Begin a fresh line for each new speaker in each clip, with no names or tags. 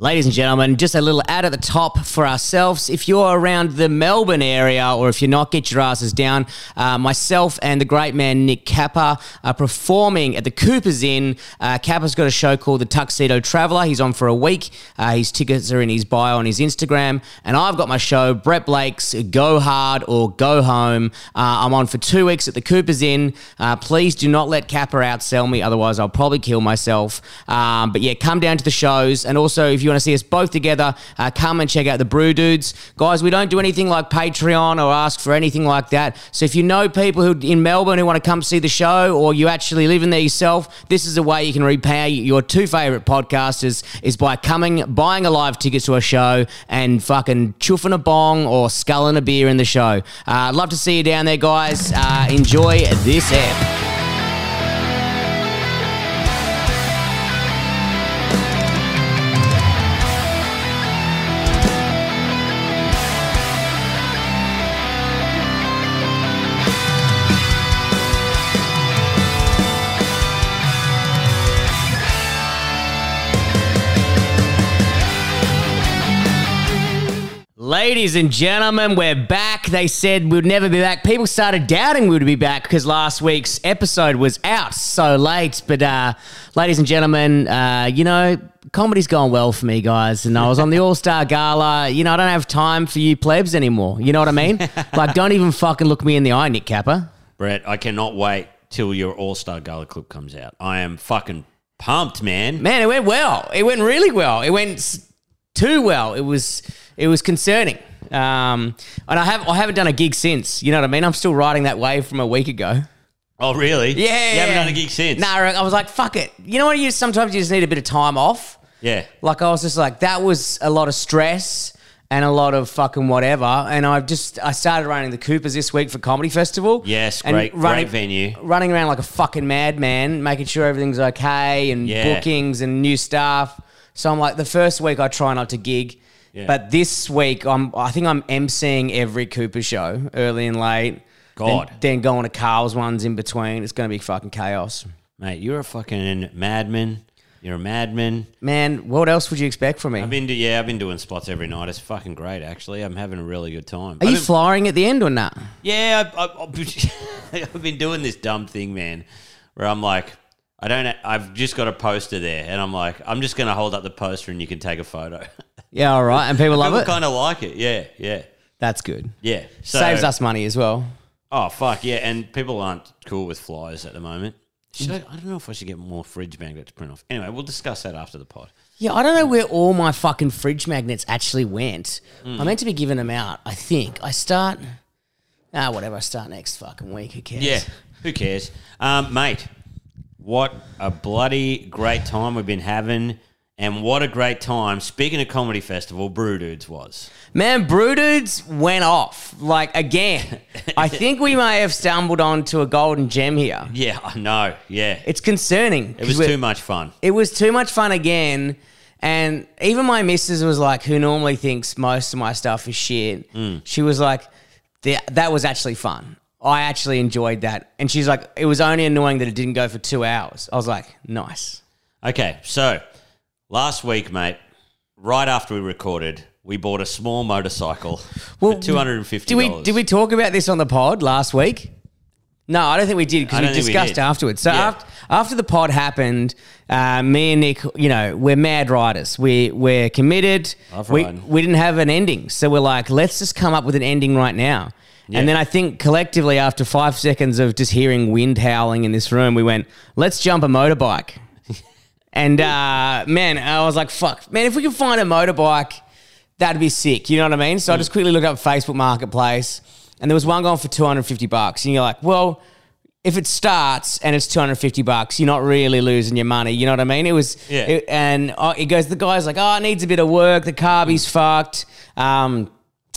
Ladies and gentlemen, just a little ad at the top for ourselves. If you're around the Melbourne area, or if you're not, get your asses down. Uh, myself and the great man Nick Kappa are performing at the Cooper's Inn. Uh, Kappa's got a show called The Tuxedo Traveller. He's on for a week. Uh, his tickets are in his bio on his Instagram. And I've got my show, Brett Blake's Go Hard or Go Home. Uh, I'm on for two weeks at the Cooper's Inn. Uh, please do not let Kappa outsell me, otherwise, I'll probably kill myself. Um, but yeah, come down to the shows. And also, if you want to see us both together, uh, come and check out the Brew Dudes. Guys, we don't do anything like Patreon or ask for anything like that. So if you know people who in Melbourne who want to come see the show or you actually live in there yourself, this is a way you can repay your two favorite podcasters is by coming, buying a live ticket to a show and fucking chuffing a bong or sculling a beer in the show. Uh, love to see you down there, guys. Uh, enjoy this app. Ladies and gentlemen, we're back. They said we'd never be back. People started doubting we'd be back because last week's episode was out so late. But, uh, ladies and gentlemen, uh, you know, comedy's gone well for me, guys. And I was on the All Star Gala. You know, I don't have time for you plebs anymore. You know what I mean? like, don't even fucking look me in the eye, Nick Kappa.
Brett, I cannot wait till your All Star Gala clip comes out. I am fucking pumped, man.
Man, it went well. It went really well. It went s- too well. It was it was concerning. Um, and I have I haven't done a gig since. You know what I mean? I'm still riding that wave from a week ago.
Oh, really?
Yeah,
You haven't done a gig since.
Nah, I was like, fuck it. You know what? You sometimes you just need a bit of time off.
Yeah.
Like I was just like, that was a lot of stress and a lot of fucking whatever. And I've just I started running the Coopers this week for Comedy Festival.
Yes,
And
great,
running-
great venue.
Running around like a fucking madman, making sure everything's okay and
Yeah.
bookings and new stuff. So I'm like, the first week I try not to gig.
Yeah.
But this week, I'm, I think I'm emceeing every Cooper show, early and late.
God.
Then, then going to Carl's ones in between. It's going to be fucking chaos.
Mate, you're a fucking madman. You're a madman.
Man, what else would you expect from me?
I've been do- yeah, I've been doing spots every night. It's fucking great, actually. I'm having a really good time.
Are
I've
you
been-
flying at the end or not?
Yeah, I, I, I've been- I've been doing this dumb thing, man, where I'm like, I don't. I've just got a poster there, and I'm like, I'm just gonna hold up the poster, and you can take a photo.
Yeah, all right. And people love
People
it.
kind of like it. Yeah, yeah,
That's good.
yeah. So,
Saves us money as well.
Oh fuck yeah! And people aren't cool with flyers at the moment. Should I, I don't know if I should get more fridge magnets to print off. Anyway, we'll discuss that after the pod.
Yeah, I don't know where all my fucking fridge magnets actually went. I meant to be giving them out, I think. I start. Ah, whatever. I start next fucking week. Who cares?
Yeah, who cares, um, mate? What a bloody great time we've been having, and what a great time. Speaking of comedy festival, Brew Dudes was.
Man, Brew Dudes went off. Like, again, I think we may have stumbled onto a golden gem here.
Yeah, I know. Yeah,
It's concerning.
it was too much fun.
it was too much fun again. And even my missus was like, who normally thinks most of my stuff is shit. She was like, "Th- that was actually fun. I actually enjoyed that. And she's like, it was only annoying that it didn't go for two hours. I was like, nice.
Okay, so last week, mate, right after we recorded, we bought a small motorcycle
Well,
for two hundred and fifty.
Did we did we talk about this on the pod last week? No, I don't think we did
I
because
don't
we
think we
discussed
did.
afterwards. So
Yeah.
after, after the pod happened, uh, me and Nick, you know, we're mad riders. We we're committed.
Love
we
riding.
we didn't have an ending, so we're like, let's just come up with an ending right now.
Yeah.
And then I think collectively, after five seconds of just hearing wind howling in this room, we went, let's jump a motorbike. and uh, man, I was like, fuck, man, if we could find a motorbike that'd be sick. You know what I mean? So I
Mm.
just quickly look up Facebook Marketplace, and there was one going for two hundred fifty bucks, and you're like, well, if it starts and it's two hundred fifty bucks, you're not really losing your money. You know what I mean? It was,
Yeah.
it- and uh, it goes. The guy's like, oh, it needs a bit of work. The carby's
Mm.
fucked. Um,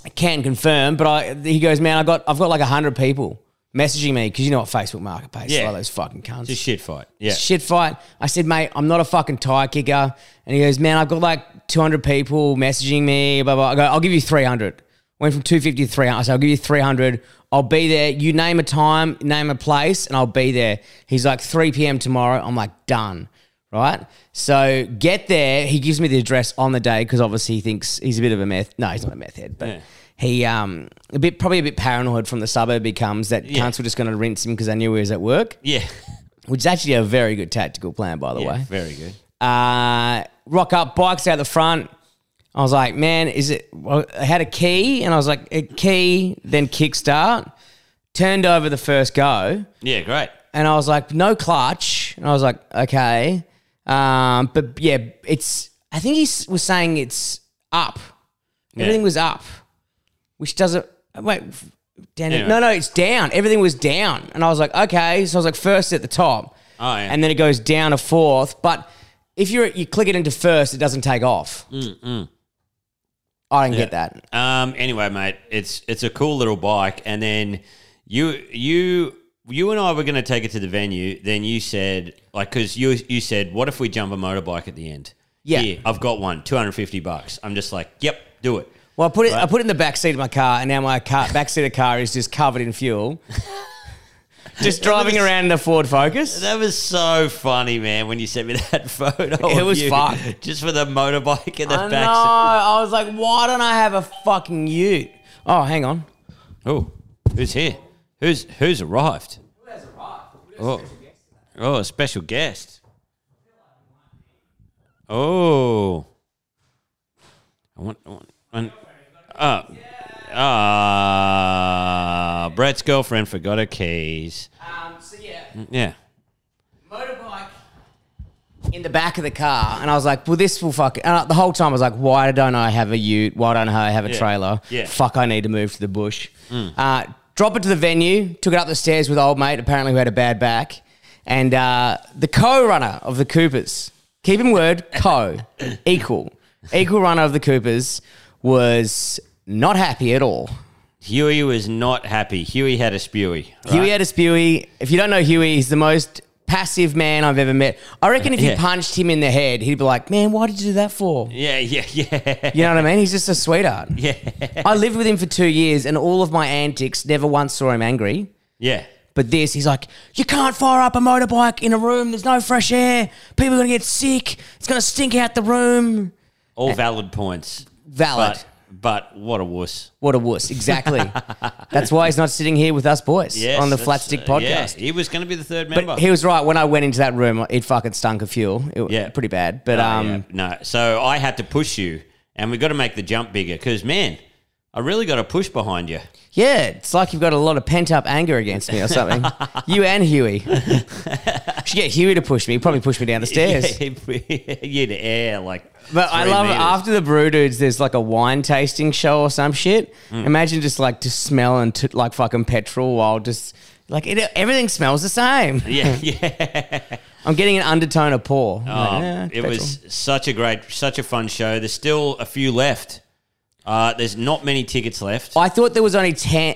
I can confirm, but I, he goes, man, I got, I've got like hundred people messaging me because you know what Facebook Marketplace, is
Yeah.
like those fucking cunts
It's a shit fight. Yeah,
shit fight. I said, mate, I'm not a fucking tire kicker. And he goes, man, I've got like 200 people messaging me, blah, blah. I go, I'll give you 300. Went from 250 to 300. I said, I'll give you 300. I'll be there. You name a time, name a place, and I'll be there. He's like, 3 p.m. tomorrow. I'm like, done. right? So get there. He gives me the address on the day because obviously he thinks he's a bit of a meth. No, he's not a meth head, but
Yeah.
he um a bit probably a bit paranoid from the suburb becomes that
Yeah.
cunts were just going to rinse him because they knew he was at work,
Yeah.
which is actually a very good tactical plan, by the
Yeah,
way.
Very good.
Uh, rock up, bikes out the front. I was like, man, is it? well, I had a key, and I was like, a key, then kickstart. Turned over the first go
Yeah, great.
and I was like, no clutch. And I was like, okay. Um, but yeah, it's, I think he s- was saying it's up. Everything was up, which doesn't, wait, f- down,
Anyway.
no, no, it's down. Everything was down. And I was like, okay. So I was like, first at the top.
Oh, yeah.
And then it goes down a fourth. But if you're, you click it into first, it doesn't take off. I didn't get that.
Um. Anyway, mate, it's it's a cool little bike, and then you you you and I were going to take it to the venue. Then you said like because you you said what if we jump a motorbike at the end?
Yeah.
Here, I've got one, two hundred fifty bucks. I'm just like, yep, do it.
Well, I put it. I put it in the back seat of my car, and now my car, back seat of the car is just covered in fuel. just driving around in the Ford Focus.
That was so funny, man. When you sent me that photo,
It
of
was
you,
fun.
just for the motorbike in the
I know.
back.
I was like, why don't I have a fucking Ute? Oh, hang on.
Oh, who's here? Who's who's arrived? Oh, oh, a special guest. Oh, I want. I want, I want uh, ah, Brett's girlfriend forgot her keys.
Um, so yeah,
Yeah.
motorbike in the back of the car, and I was like, well, this will fuck. And I- the whole time I was like, why don't I have a Ute? Why don't I have a
Yeah.
trailer?
Yeah. Mm.
Fuck, I need to move to the bush. Uh, drop it to the venue. Took it up the stairs with old mate, apparently who had a bad back, and uh, the co-runner of the Coopers. Keep in word, co equal equal runner of the Coopers was not happy at all.
Huey was not happy. Huey had a spewy. right?
Huey had a spewy. If you don't know Huey, he's the most passive man I've ever met. I reckon if you
Yeah.
punched him in the head, he'd be like, "Man, why did you do that for?"
Yeah, yeah, yeah.
You know what I mean? He's just a sweetheart.
Yeah.
I lived with him for two years, and all of my antics never once saw him angry.
Yeah.
But this, he's like, "You can't fire up a motorbike in a room. There's no fresh air. People are gonna get sick. It's gonna stink out the room."
All valid points.
Valid.
But, but what a wuss.
what a wuss! Exactly. that's why he's not sitting here with us boys
Yes,
on the
that's-
Flat Stick
uh, yeah,
podcast.
he was going to be the third member.
But he was right. When I went into that room, it fucking stunk of fuel. It,
Yeah.
pretty bad. But
Oh,
um,
yeah. no. So I had to push you, and we got to make the jump bigger because, man, I really got to push behind you.
yeah, it's like you've got a lot of pent up anger against me or something. you and Huey. Should get Huey to push me. He'd probably push me down the stairs.
Yeah, you to air like.
But I
three
love
meters.
after the brew dudes. There's like a wine tasting show or some shit.
Mm.
Imagine just like to smell and t- like fucking petrol while just like it, everything smells the same.
Yeah, yeah.
I'm getting an undertone of poor.
Um, it was such a great, such a fun show. There's still a few left. Uh, there's not many tickets left.
I thought there was only 10,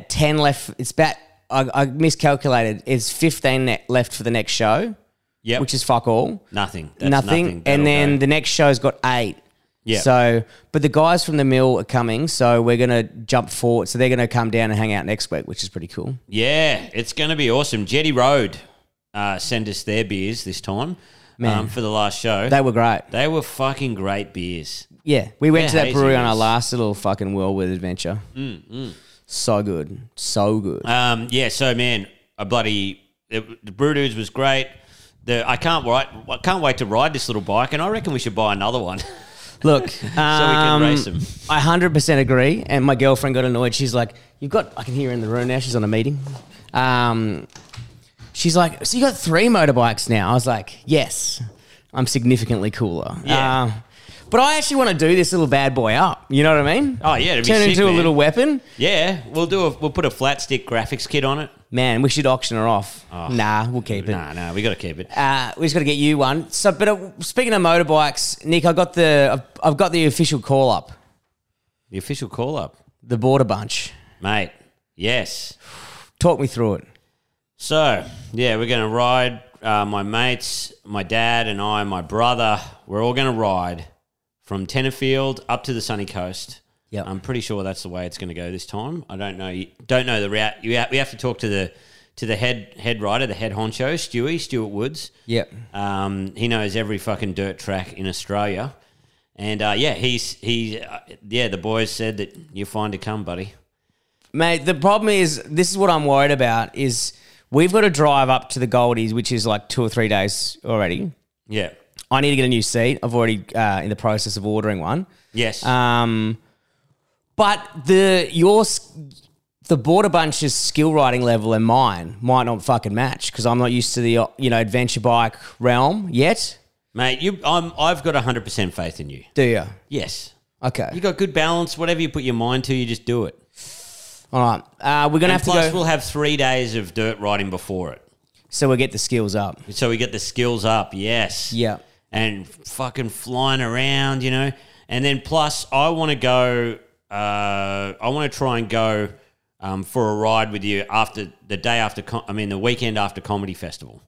uh, 10 left. It's about, I, I miscalculated. It's 15 ne- left for the next show,
Yeah,
which is fuck all.
nothing. That's
Nothing.
That'll
And then
go.
the next show's got eight.
Yeah.
So, but the guys from the mill are coming. So we're going to jump forward. So they're going to come down and hang out next week, which is pretty cool.
Yeah, it's going to be awesome. Jetty Road uh, send us their beers this time um, for the last show.
They were great.
they were fucking great beers.
Yeah. We went
Yeah,
to that
hazy
brewery on our
was-
last little fucking whirlwind adventure. Mm, So good. So good.
Um, yeah, so man, a bloody it, the Brew Dudes was great. The I can't write, I can't wait to ride this little bike, and I reckon we should buy another one.
Look, um,
race 'em.
I hundred percent agree. And my girlfriend got annoyed. She's like, "You've got." I can hear her in the room now. She's on a meeting. Um, she's like, "So you got three motorbikes now?" I was like, "Yes, I'm significantly cooler."
Yeah.
Um, but I actually want to do this little bad boy up. You know what I mean?
Oh, yeah, it'd be
turn
sick,
into
man.
a little weapon.
yeah, we'll do a we'll put a flat stick graphics kit on it.
Man, we should auction her off.
Oh,
Nah, we'll keep it.
Nah, nah, we got to keep it.
Uh, we just got to get you one. So, but uh, speaking of motorbikes, Nick, I got the I've, I've got the official call up,
The official call up,
the border bunch.
mate. Yes.
Talk me through it.
So yeah, we're gonna ride. Uh, my mates, my dad, and I, my brother, we're all gonna ride from Tenerfield up to the sunny coast.
Yep.
I'm pretty sure that's the way it's going to go this time. I don't know. Don't know the route. You ha- we have to talk to the to the head head writer, the head honcho, Stewie Stuart Woods.
Yep.
Um, he knows every fucking dirt track in Australia, and uh, yeah, he's he uh, yeah. The boys said that you're fine to come, buddy.
Mate, the problem is this is what I'm worried about is we've got to drive up to the Goldies, which is like two or three days
Mm.
already.
Yeah.
I need to get a new seat. I've already uh, in the process of ordering one.
Yes.
Um, but the your s- the border bunch's skill riding level and mine might not fucking match because I'm not used to the uh, you know adventure bike realm yet.
Mate, you, I'm, I've got 100% faith in you.
Do you?
Yes. You
Okay.
got good balance. Whatever you put your mind to, you just do it.
All right. Uh, we're gonna
And
have to
plus,
go.
we'll have three days of dirt riding before it.
so we get the skills up.
So we get the skills up. Yes.
Yeah.
And fucking flying around, you know. And then plus, I want to go, uh, I want to try and go um, for a ride with you after the day after, com- I mean, the weekend after Comedy Festival.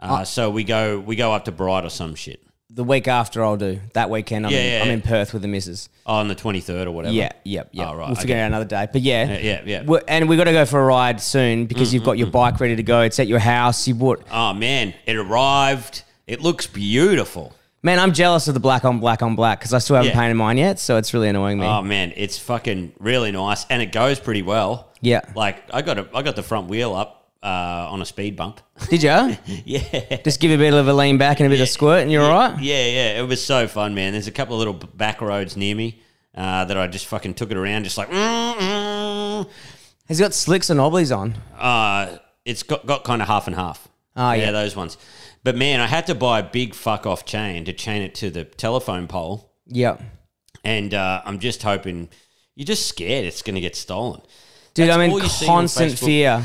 Uh, So we go, we go up to Bright or some shit
The week after I'll do that weekend. I'm,
Yeah,
in,
yeah,
I'm
yeah.
in Perth with the missus.
Oh, on the 23rd or whatever.
Yeah, yep, yep.
Oh, right,
we'll figure
okay.
out another day. But yeah,
yeah, yeah. Mm,
We're- and we got to go for a ride soon because you've got your bike ready to go. It's at your house. You bought.
Oh man, it arrived. It looks beautiful.
Man, I'm jealous of the black on black on black because I still haven't
Yeah.
painted mine yet, so it's really annoying me.
Oh man, it's fucking really nice, and it goes pretty well.
Yeah.
like I got a, I got the front wheel up uh, on a speed bump.
Did you?
yeah,
Just give it a bit of a lean back and a bit of squirt, and you're all right.
yeah, yeah. It was so fun, man. There's a couple of little b- back roads near me uh, that I just fucking took it around, just like. mm, Mm-mm.
Has it got slicks and obblies on?
Uh, it's got, got kind of half and half.
Oh, yeah.
those ones. But man, I had to buy a big fuck off chain to chain it to the telephone pole.
Yep.
and uh, I'm just hoping you're just scared it's going to get stolen.
Dude,
That's
I'm
all
in
you see on
constant
Facebook.
fear.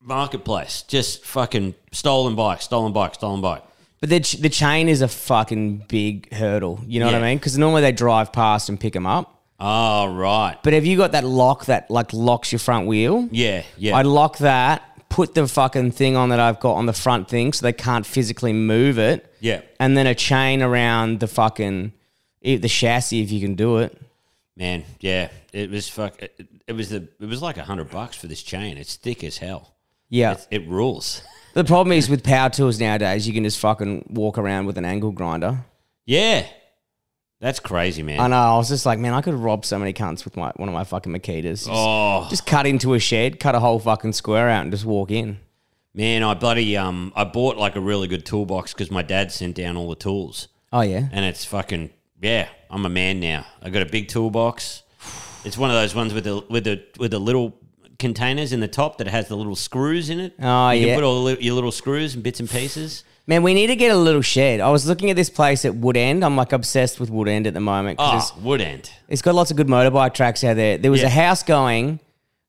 Marketplace, just fucking stolen bike, stolen bike, stolen bike.
But the, ch- the chain is a fucking big hurdle. You know what I
Yeah.
mean? Because normally they drive past and pick them up.
Oh, right.
But have you got that lock that like locks your front wheel?
Yeah, yeah.
I lock that, put the fucking thing on that I've got on the front thing so they can't physically move it.
yeah.
And then a chain around the fucking eh, the chassis if you can do it.
Man, yeah. It was fuck it, it was the it was like a 100 bucks for this chain. It's thick as hell.
Yeah.
It's, it rules.
the problem is with power tools nowadays, you can just fucking walk around with an angle grinder.
Yeah. That's crazy,
I
man.
know. I was just like, man, I could rob so many cunts with my one of my fucking Makitas. Just,
Oh,
just cut into a shed, cut a whole fucking square out, and just walk in.
man, I bloody um I bought like a really good toolbox cuz my dad sent down all the tools.
Oh yeah.
and it's fucking yeah. I'm a man now. I got a big toolbox. It's one of those ones with the with the with the little containers in the top that has the little screws in it.
Oh,
you
yeah.
can put all the li- your little screws and bits and pieces.
Man, we need to get a little shed. I was looking at this place at Woodend. I'm like obsessed with Woodend at the moment. 'cause
Oh,
it's-
wood end.
it's got lots of good motorbike tracks out there. There was
Yeah.
a house going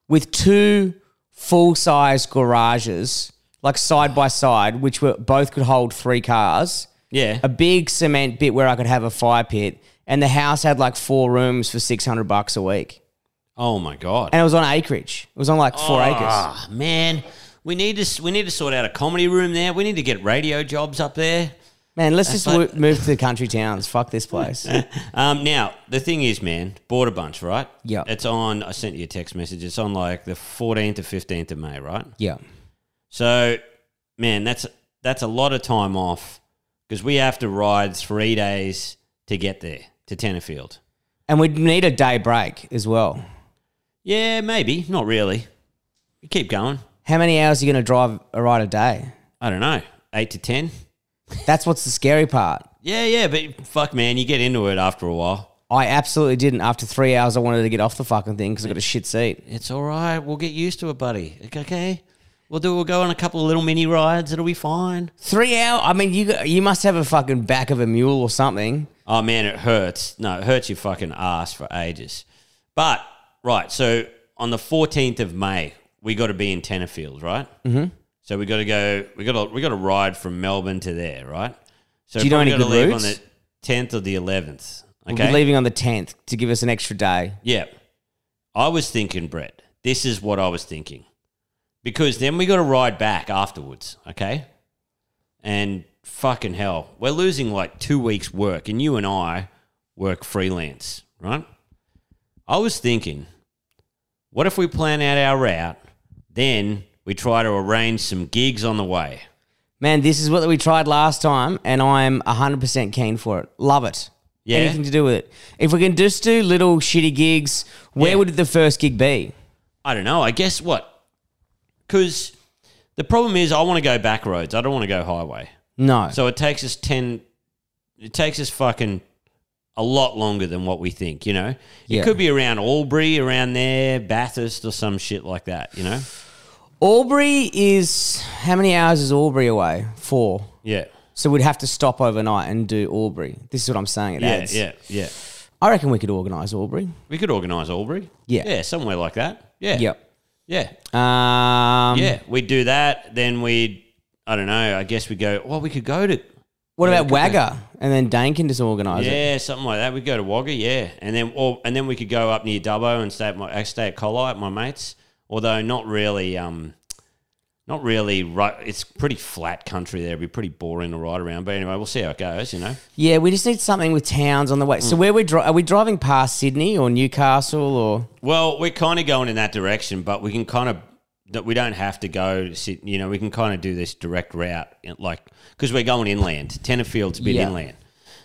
with two full size garages, like side by side, which were both could hold three cars.
Yeah.
A big cement bit where I could have a fire pit, and the house had like four rooms for six hundred bucks a week,
Oh my god.
and it was on acreage. It was on like four acres.
Ah man, we need to s- we need to sort out a comedy room there. We need to get radio jobs up there.
Man, let's just wo- move to the country towns. Fuck this place.
Um, now the thing is, man, Border Bunch, right?
Yeah.
It's on. I sent you a text message. It's on like the 14th or 15th of May, right?
yeah,
So, man, that's that's a lot of time off because we have to ride three days to get there to Tenerfield.
and we'd need a day break as well.
Yeah, maybe not really. You keep going.
How many hours are you going to drive a ride a day?
I don't know, eight to ten.
That's what's the scary part.
Yeah, yeah, but fuck, man, you get into it after a while.
I absolutely didn't. After three hours, I wanted to get off the fucking thing because I got a shit seat.
It's all right. We'll get used to it, buddy. It's Okay, we'll do. We'll go on a couple of little mini rides. It'll be fine.
Three hour? I mean, you got- you must have a fucking back of a mule or something.
Oh man, it hurts. No, it hurts your fucking ass for ages. But right, so on the fourteenth of May, we got to be in Tenerfield, right? Mm-hmm. So we got to go. We got to we got to ride from Melbourne to there, right? So
Do you know
probably
any
gotta
good
leave
routes?
on the tenth or the eleventh?
We'll
Okay.
be leaving on the tenth to give us an extra day.
yeah. I was thinking, Brett. This is what I was thinking, because then we got to ride back afterwards. Okay. And fucking hell, we're losing like two weeks' work, and you and I work freelance, right? I was thinking, what if we plan out our route, then We try to arrange some gigs on the way.
Man, this is what we tried last time, and I'm 100% keen for it. Love it.
Yeah?
Anything to do with it. If we can just do little shitty gigs, where
Yeah.
would the first gig be?
I don't know. I guess what? Because the problem is, I want to go back roads. I don't want to go highway.
No.
So it takes us 10, it takes us fucking a lot longer than what we think, you know?
Yeah.
It could be around Albury, around there, Bathurst or some shit like that, you know?
Albury is. How many hours is Albury away? Four.
Yeah.
So we'd have to stop overnight and do Albury. This is what I'm saying. It
Yeah,
adds.
yeah, yeah.
I reckon we could organise Albury.
We could organise Albury.
Yeah.
Yeah, somewhere like that. Yeah.
Yep.
Yeah.
Um,
Yeah. We'd do that. Then we'd, I don't know, I guess we go, well, we could go to,
What about Wagga? And then Dane can just organise it.
yeah, something like that. We'd go to Wagga, yeah. And then, or, and then we could go up near Dubbo and stay at my, uh, stay at Colli at my mate's. Although not really, um, not really, right. It's pretty flat country there. It'd be pretty boring to ride around. But anyway, we'll see how it goes, you know.
Yeah, we just need something with towns on the way. So
Mm.
where we're dri- are we driving past Sydney or Newcastle or
Well, we're kind of going in that direction, but we can kind of that we don't have to go. to Syd- You know, we can kind of do this direct route, you know, like because we're going inland. Tennerfield's a bit
Yeah.
inland.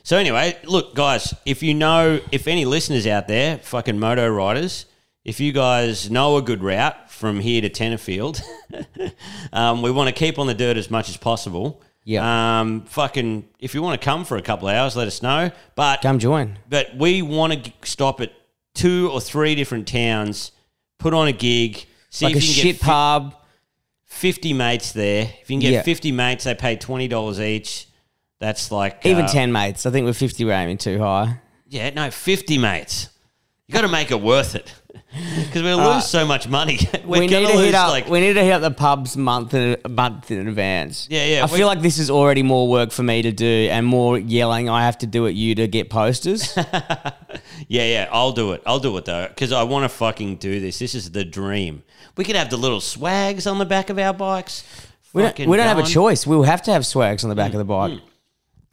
So anyway, look, guys, if you know, if any listeners out there, fucking moto riders, if you guys know a good route from here to Tennerfield, um, we want to keep on the dirt as much as possible.
Yeah.
Um, fucking, if you want to come for a couple of hours, let us know. But
come join?
but we want to g- stop at two or three different towns, put on a gig, see
Like
if
a
you can
shit
get fi-
pub.
50 mates there. If you can get
Yeah.
50 mates, they pay $20 each. That's like.
Even
uh,
10 mates. I think we're 50 we're aiming too high.
Yeah, no, 50 mates. you got to make it worth it because we'll lose so much money. We're
Uh, we
gonna
need to
lose
hit up
like.
we need to hit up the pubs month in, a month in advance.
Yeah, yeah,
I
we-
feel like this is already more work for me to do and more yelling I have to do at you to get posters.
Yeah, yeah, I'll do it. I'll do it though, because I want to fucking do this. This is the dream. We could have the little swags on the back of our bikes.
we don't,
Fucking
we don't have a
going.
choice. We'll have to have swags on the back of the bike.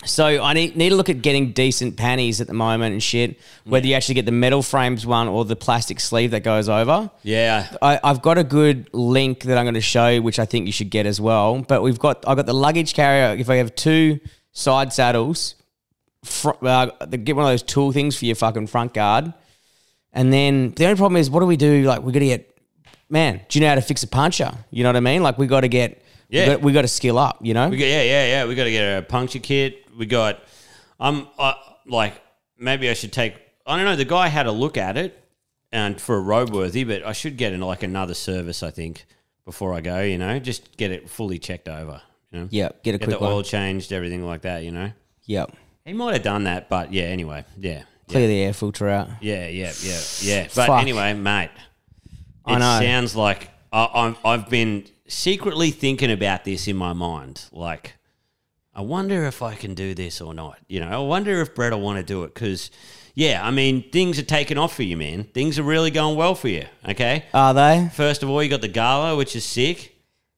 So I need, need to look at getting decent panties at the moment and shit. Whether you actually get the metal frames one or the plastic sleeve that goes over.
Yeah,
I, I've got a good link that I'm going to show you, which I think you should get as well. But we've got I've got the luggage carrier. If I have two side saddles, fr- uh, they get one of those tool things for your fucking front guard. And then the only problem is, what do we do? Like we're gonna get, man. Do you know how to fix a puncher? You know what I mean? Like we got to get,
Yeah.
we got, we got to skill up. You know,
We got, yeah, yeah, yeah. We got to get a puncture kit. We got, I'm I, like, maybe I should take. I don't know. The guy had a look at it, and for a roadworthy, but I should get in like another service. I think before I go, you know, just get it fully checked over. You know,
yeah, get a
get
quick
the oil
one.
changed, everything like that. You know,
Yeah,
he might have done that, but yeah. Anyway, yeah, yeah,
clear the air filter out.
yeah, yeah, yeah. yeah. But
Fuck.
anyway, mate, it
I know.
sounds like I, i I've been secretly thinking about this in my mind, like. I wonder if I can do this or not. You know, I wonder if Brett will want to do it because, yeah, I mean, things are taking off for you, man. Things are really going well for you. Okay.
Are they?
First of all, you got the gala, which is sick.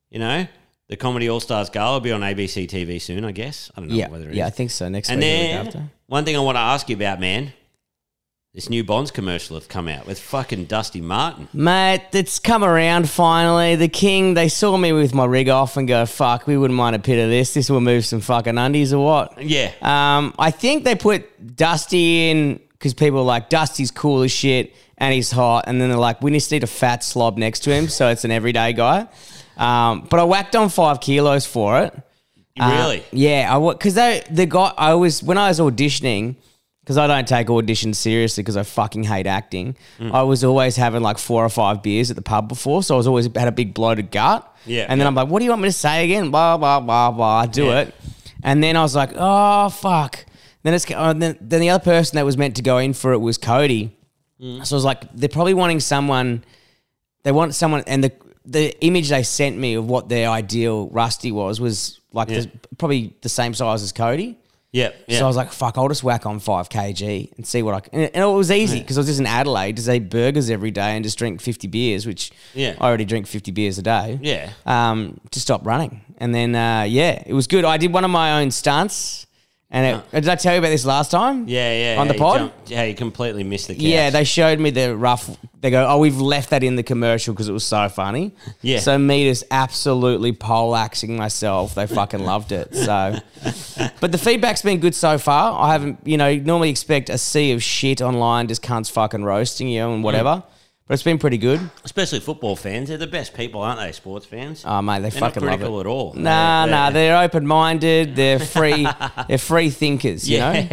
You know, the Comedy All Stars gala will be on ABC TV soon, I guess. I don't know
Yeah,
whether it is.
yeah. I think so. Next
And
week, or the week
then
after.
one thing I want to ask you about, man, this new Bonds commercial that's come out with fucking Dusty Martin.
Mate, it's come around finally. The king, they saw me with my rig off and go, fuck, we wouldn't mind a bit of this. This will move some fucking undies or what?
Yeah.
Um, I think they put Dusty in because people are like, Dusty's cool as shit and he's hot. And then they're like, we just need a fat slob next to him. So it's an everyday guy. Um, but I whacked on five kilos for it. Uh,
really?
yeah, I because they the guy I was when I was auditioning because I don't take auditions seriously because I fucking hate acting.
Mm.
I was always having like four or five beers at the pub before, so I was always had a big bloated gut.
Yeah,
and then I'm like, what do you want me to say again? Blah blah blah blah. I do
Yeah.
it, and then I was like, oh fuck. Then it's oh, then, then the other person that was meant to go in for it was Cody.
Mm.
So I was like, they're probably wanting someone they want someone and the the image they sent me of what their ideal rusty was was like
Yeah.
the, probably the same size as Cody.
Yeah. yeah.
So I was like, fuck, I'll just whack on five kg and see what I can. And, and it was easy because I was just in Adelaide, just ate burgers every day and just drink fifty beers, which
Yeah.
I already drink fifty beers a day.
yeah.
Um, to stop running, and then uh, yeah, it was good. I did one of my own stunts. And it, did I tell you about this last time?
Yeah, yeah.
On the
yeah, you
pod?
jumped- yeah, you completely missed the couch.
Yeah, they showed me the rough. They go, "Oh, we've left that in the commercial because it was so funny."
Yeah.
So me just absolutely poleaxing myself. They fucking loved it. So, but the feedback's been good so far. I haven't, you know, normally expect a sea of shit online, just cunts fucking roasting you and whatever. But it's been pretty good.
especially football fans. They're the best people, aren't they? Sports fans.
Oh mate, they
They're
fucking
not
love it.
critical at all.
Nah,
They're-
nah,
they're-
they're open minded. They're free. they're free thinkers. You know,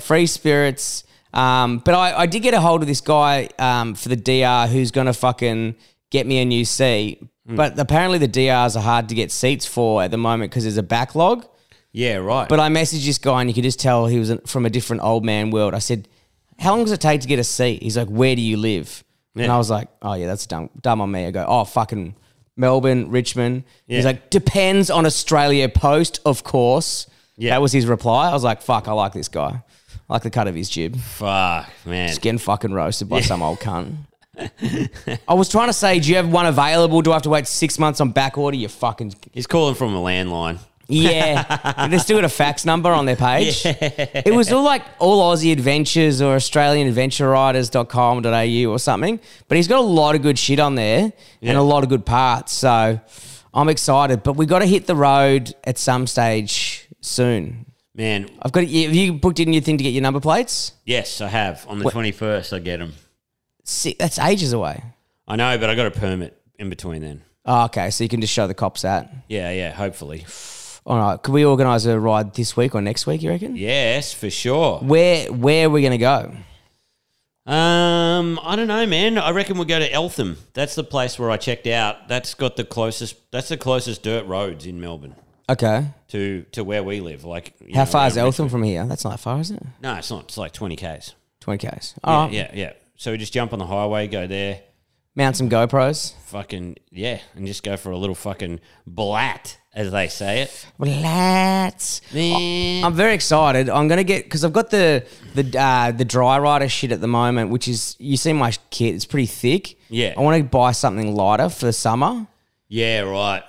free spirits. Um, but I, I did get a hold of this guy um, for the DR who's gonna fucking get me a new seat. But apparently the DRs are hard to get seats for at the moment because there's a backlog.
yeah, right.
But I messaged this guy and you could just tell he was an- from a different old man world. I said, "How long does it take to get a seat?" He's like, "Where do you live?" And
Yeah.
I was like, "Oh yeah, that's dumb, dumb on me." I go, "Oh fucking Melbourne, Richmond." He's
Yeah.
like, "Depends on Australia Post, of course."
Yeah.
That was his reply. I was like, "Fuck, I like this guy. I like the cut of his jib."
Fuck, man.
Getting fucking roasted by some old cunt. I was trying to say, "Do you have one available? Do I have to wait six months on back order?" You fucking
He's calling from a landline.
yeah, they still got a fax number on their page. It was all like all Aussie Adventures or AustralianAdventureRiders.com.au or something. But he's got a lot of good shit on there and
Yeah.
a lot of good parts. So I'm excited. But we got to hit the road at some stage soon.
Man,
I've got. Have you booked in your thing to get your number plates?
yes, I have. On the twenty first, I get him.
Si that's ages away.
I know, but I got a permit in between then.
Oh, okay, so you can just show the cops that.
Yeah, yeah. Hopefully,
All right, could we organise a ride this week or next week? You reckon?
yes, for sure.
Where Where are we gonna go?
Um, I don't know, man. I reckon we'll go to Eltham. That's the place where I checked out. That's got the closest. That's the closest dirt roads in Melbourne
Okay.
to to where we live. Like, you
How
know,
far is
around-
Eltham from here? That's not far, is it?
No, it's not. It's like twenty k's.
20 Ks.
Yeah,
Oh,
yeah, yeah. So we just jump on the highway, go there,
mount some GoPros.
fucking yeah, and just go for a little fucking blat, as they say it.
Relax.
Man.
I'm very excited. I'm gonna get because I've got the the uh, the dry rider shit at the moment, which is you see my kit. It's pretty thick.
Yeah.
I want to buy something lighter for the summer,
yeah, right.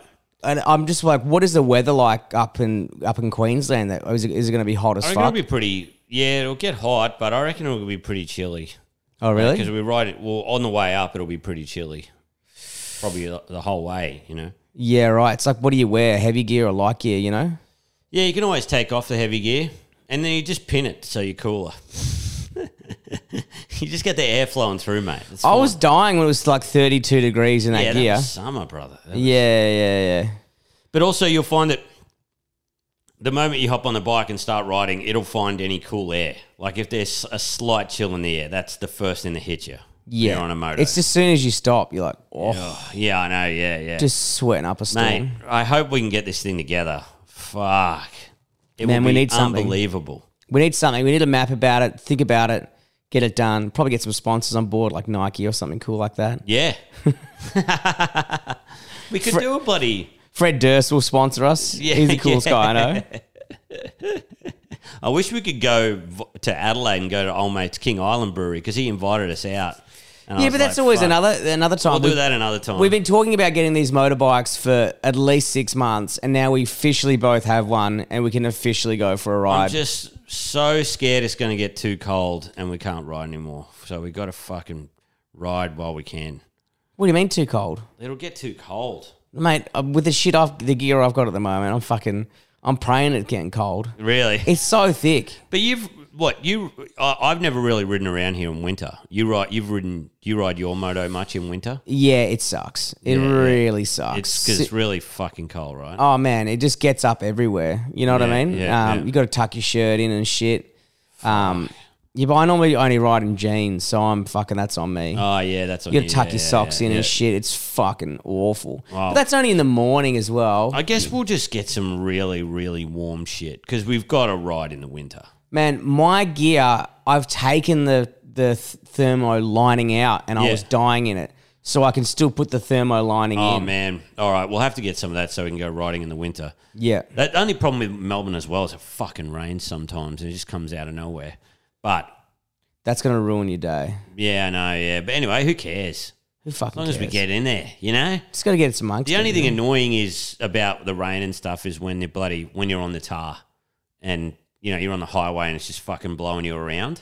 and I'm just like, what is the weather like up in up in Queensland? That is it, is it gonna be hot as
I reckon it'll
fuck?
be pretty. Yeah, it'll get hot, but I reckon it'll be pretty chilly
oh really?
because we ride it. Well, on the way up, it'll be pretty chilly, probably the the whole way. You know.
Yeah, right. It's like, what do you wear? Heavy gear or light gear? You know?
Yeah, you can always take off the heavy gear, and then you just pin it so you're cooler. you just get the air flowing through, mate. It's
I
fine.
was dying when it was like 32 degrees in that
yeah, that
gear.
was summer, brother. That
yeah, yeah, yeah.
But also, you'll find that the moment you hop on the bike and start riding, it'll find any cool air. Like if there's a slight chill in the air, that's the first thing that hits you. when
Yeah,
you're on a motor.
It's as soon as you stop, you're like, oh,
Oh, yeah, I know. Yeah, yeah.
just sweating up a storm.
Mate, I hope we can get this thing together. Fuck, it
Man,
will
we
be
need something.
unbelievable.
We need something. We need a map about it. Think about it. Get it done. Probably get some sponsors on board, like Nike or something cool like that.
Yeah, we could do a buddy.
Fred Durst will sponsor us.
Yeah,
He's the coolest
yeah.
guy I know.
I wish we could go v- to Adelaide and go to old mate's King Island Brewery because he invited us out. And I
yeah,
was
but that's
like,
always
fuck,
another another time.
I'll
we,
do that another time.
We've been talking about getting these motorbikes for at least six months, and now we officially both have one, and we can officially go for a
I'm
ride.
just so scared it's going to get too cold and we can't ride anymore. So we got to fucking ride while we can.
what do you mean too cold,
It'll get too cold.
mate? uh, With the shit off the gear I've got at the moment, I'm fucking. I'm praying it's getting cold.
Really?
It's so thick.
But you've what you? I, I've never really ridden around here in winter. You ride? You've ridden? You ride your moto much in winter?
Yeah, it sucks. It
Yeah, yeah.
really sucks.
It's because it's really fucking cold, right?
oh man, it just gets up everywhere. You know what
Yeah,
I mean?
yeah,
um,
yeah.
You got to tuck your shirt in and shit. Um, yeah, but I normally only ride in jeans, so I'm fucking. That's on me.
Oh yeah, that's on
you got to tuck
yeah,
your
yeah,
socks
yeah,
in
yeah.
and shit. It's fucking awful. But
Wow.
that's only in the morning as well.
I guess we'll just get some really, really warm shit because we've got to ride in the winter.
man, my gear. I've taken the the th- thermo lining out, and I
Yeah.
was dying in it, so I can still put the thermo lining
Oh
in.
man! All right, we'll have to get some of that so we can go riding in the winter.
Yeah.
That the only problem with Melbourne as well is it fucking rains sometimes and it just comes out of nowhere. But
That's gonna ruin your day.
yeah, I know, yeah. But anyway, who cares?
Who fucking
As long
cares?
as we get in there, you know?
Just gotta get it amongst.
The only
it.
thing annoying is about the rain and stuff is when you're bloody when you're on the tar and you know you're on the highway and it's just fucking blowing you around.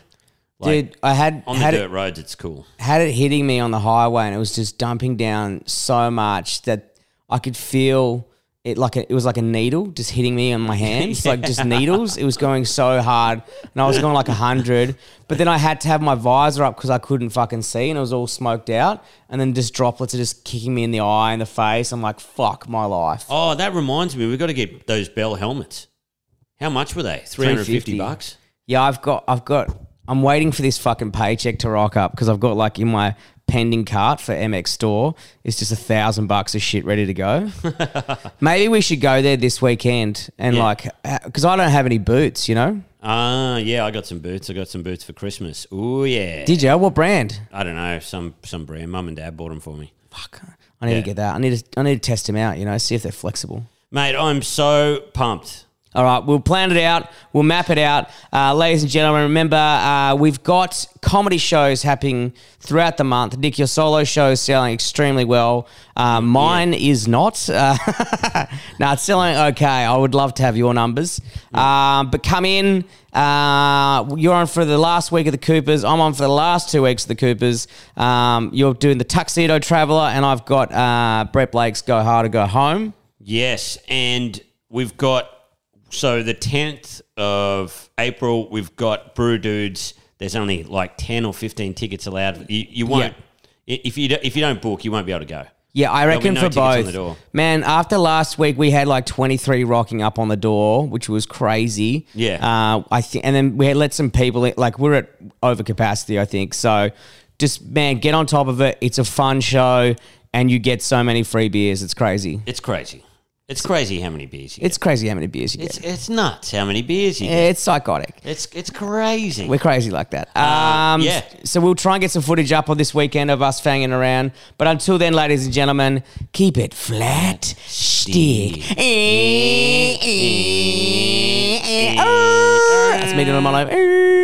Dude, I had
On the
had
dirt
it,
roads, it's cool.
had it hitting me on the highway, and it was just dumping down so much that I could feel it like a, it was like a needle just hitting me on my hands, like just needles. It was going so hard, and I was going like hundred. But then I had to have my visor up because I couldn't fucking see, and it was all smoked out. And then just droplets are just kicking me in the eye and the face. I'm like, fuck my life.
Oh, that reminds me, we've got to get those Bell helmets. How much were they? Three hundred fifty
350.
bucks.
Yeah, I've got, I've got, I'm waiting for this fucking paycheck to rock up because I've got like in my pending cart for MX Store, it's just a thousand bucks of shit ready to go. Maybe we should go there this weekend and
Yeah.
like, because I don't have any boots, you know?
Ah, yeah, I got some boots. I got some boots for Christmas. Oh yeah.
Did you? What brand?
I don't know some some brand. Mum and Dad bought them for me.
Fuck. I need
Yeah.
to get that. I need to, I need to test them out, you know, see if they're flexible.
Mate, I'm so pumped.
All right, we'll plan it out. We'll map it out. Uh, ladies and gentlemen, remember, uh, we've got comedy shows happening throughout the month. Nick, your solo show is selling extremely well. Uh, mine is not. Uh, no, it's selling okay. I would love to have your numbers. Um, but come in. Uh, you're on for the last week of the Coopers. I'm on for the last two weeks of the Coopers. Um, you're doing the Tuxedo Traveller, and I've got uh, Brett Blake's Go Hard or Go Home.
Yes, and we've got so the tenth of April, we've got Brew Dudes. There's only like ten or fifteen tickets allowed. You, you won't i- if you do, if you don't book, you won't be able to go.
Yeah, I reckon
no
for
tickets on the
both.
door.
Man, after last week we had like 23 rocking up on the door, which was crazy.
Yeah.
Uh, I think and then we had let some people in, like we're at over capacity, I think. So just man, get on top of it. It's a fun show and you get so many free beers. It's crazy.
It's crazy. It's crazy how many beers you get.
It's crazy how many beers you get.
It's it's nuts how many beers you get.
It's, psychotic.
It's it's crazy. Uh,
We're crazy like that. Um,
yeah.
So we'll try and get some footage up on this weekend of us fanging around. But until then, ladies and gentlemen, keep it flat, stick. Eh, eh, eh, oh. That's eh, me doing my life.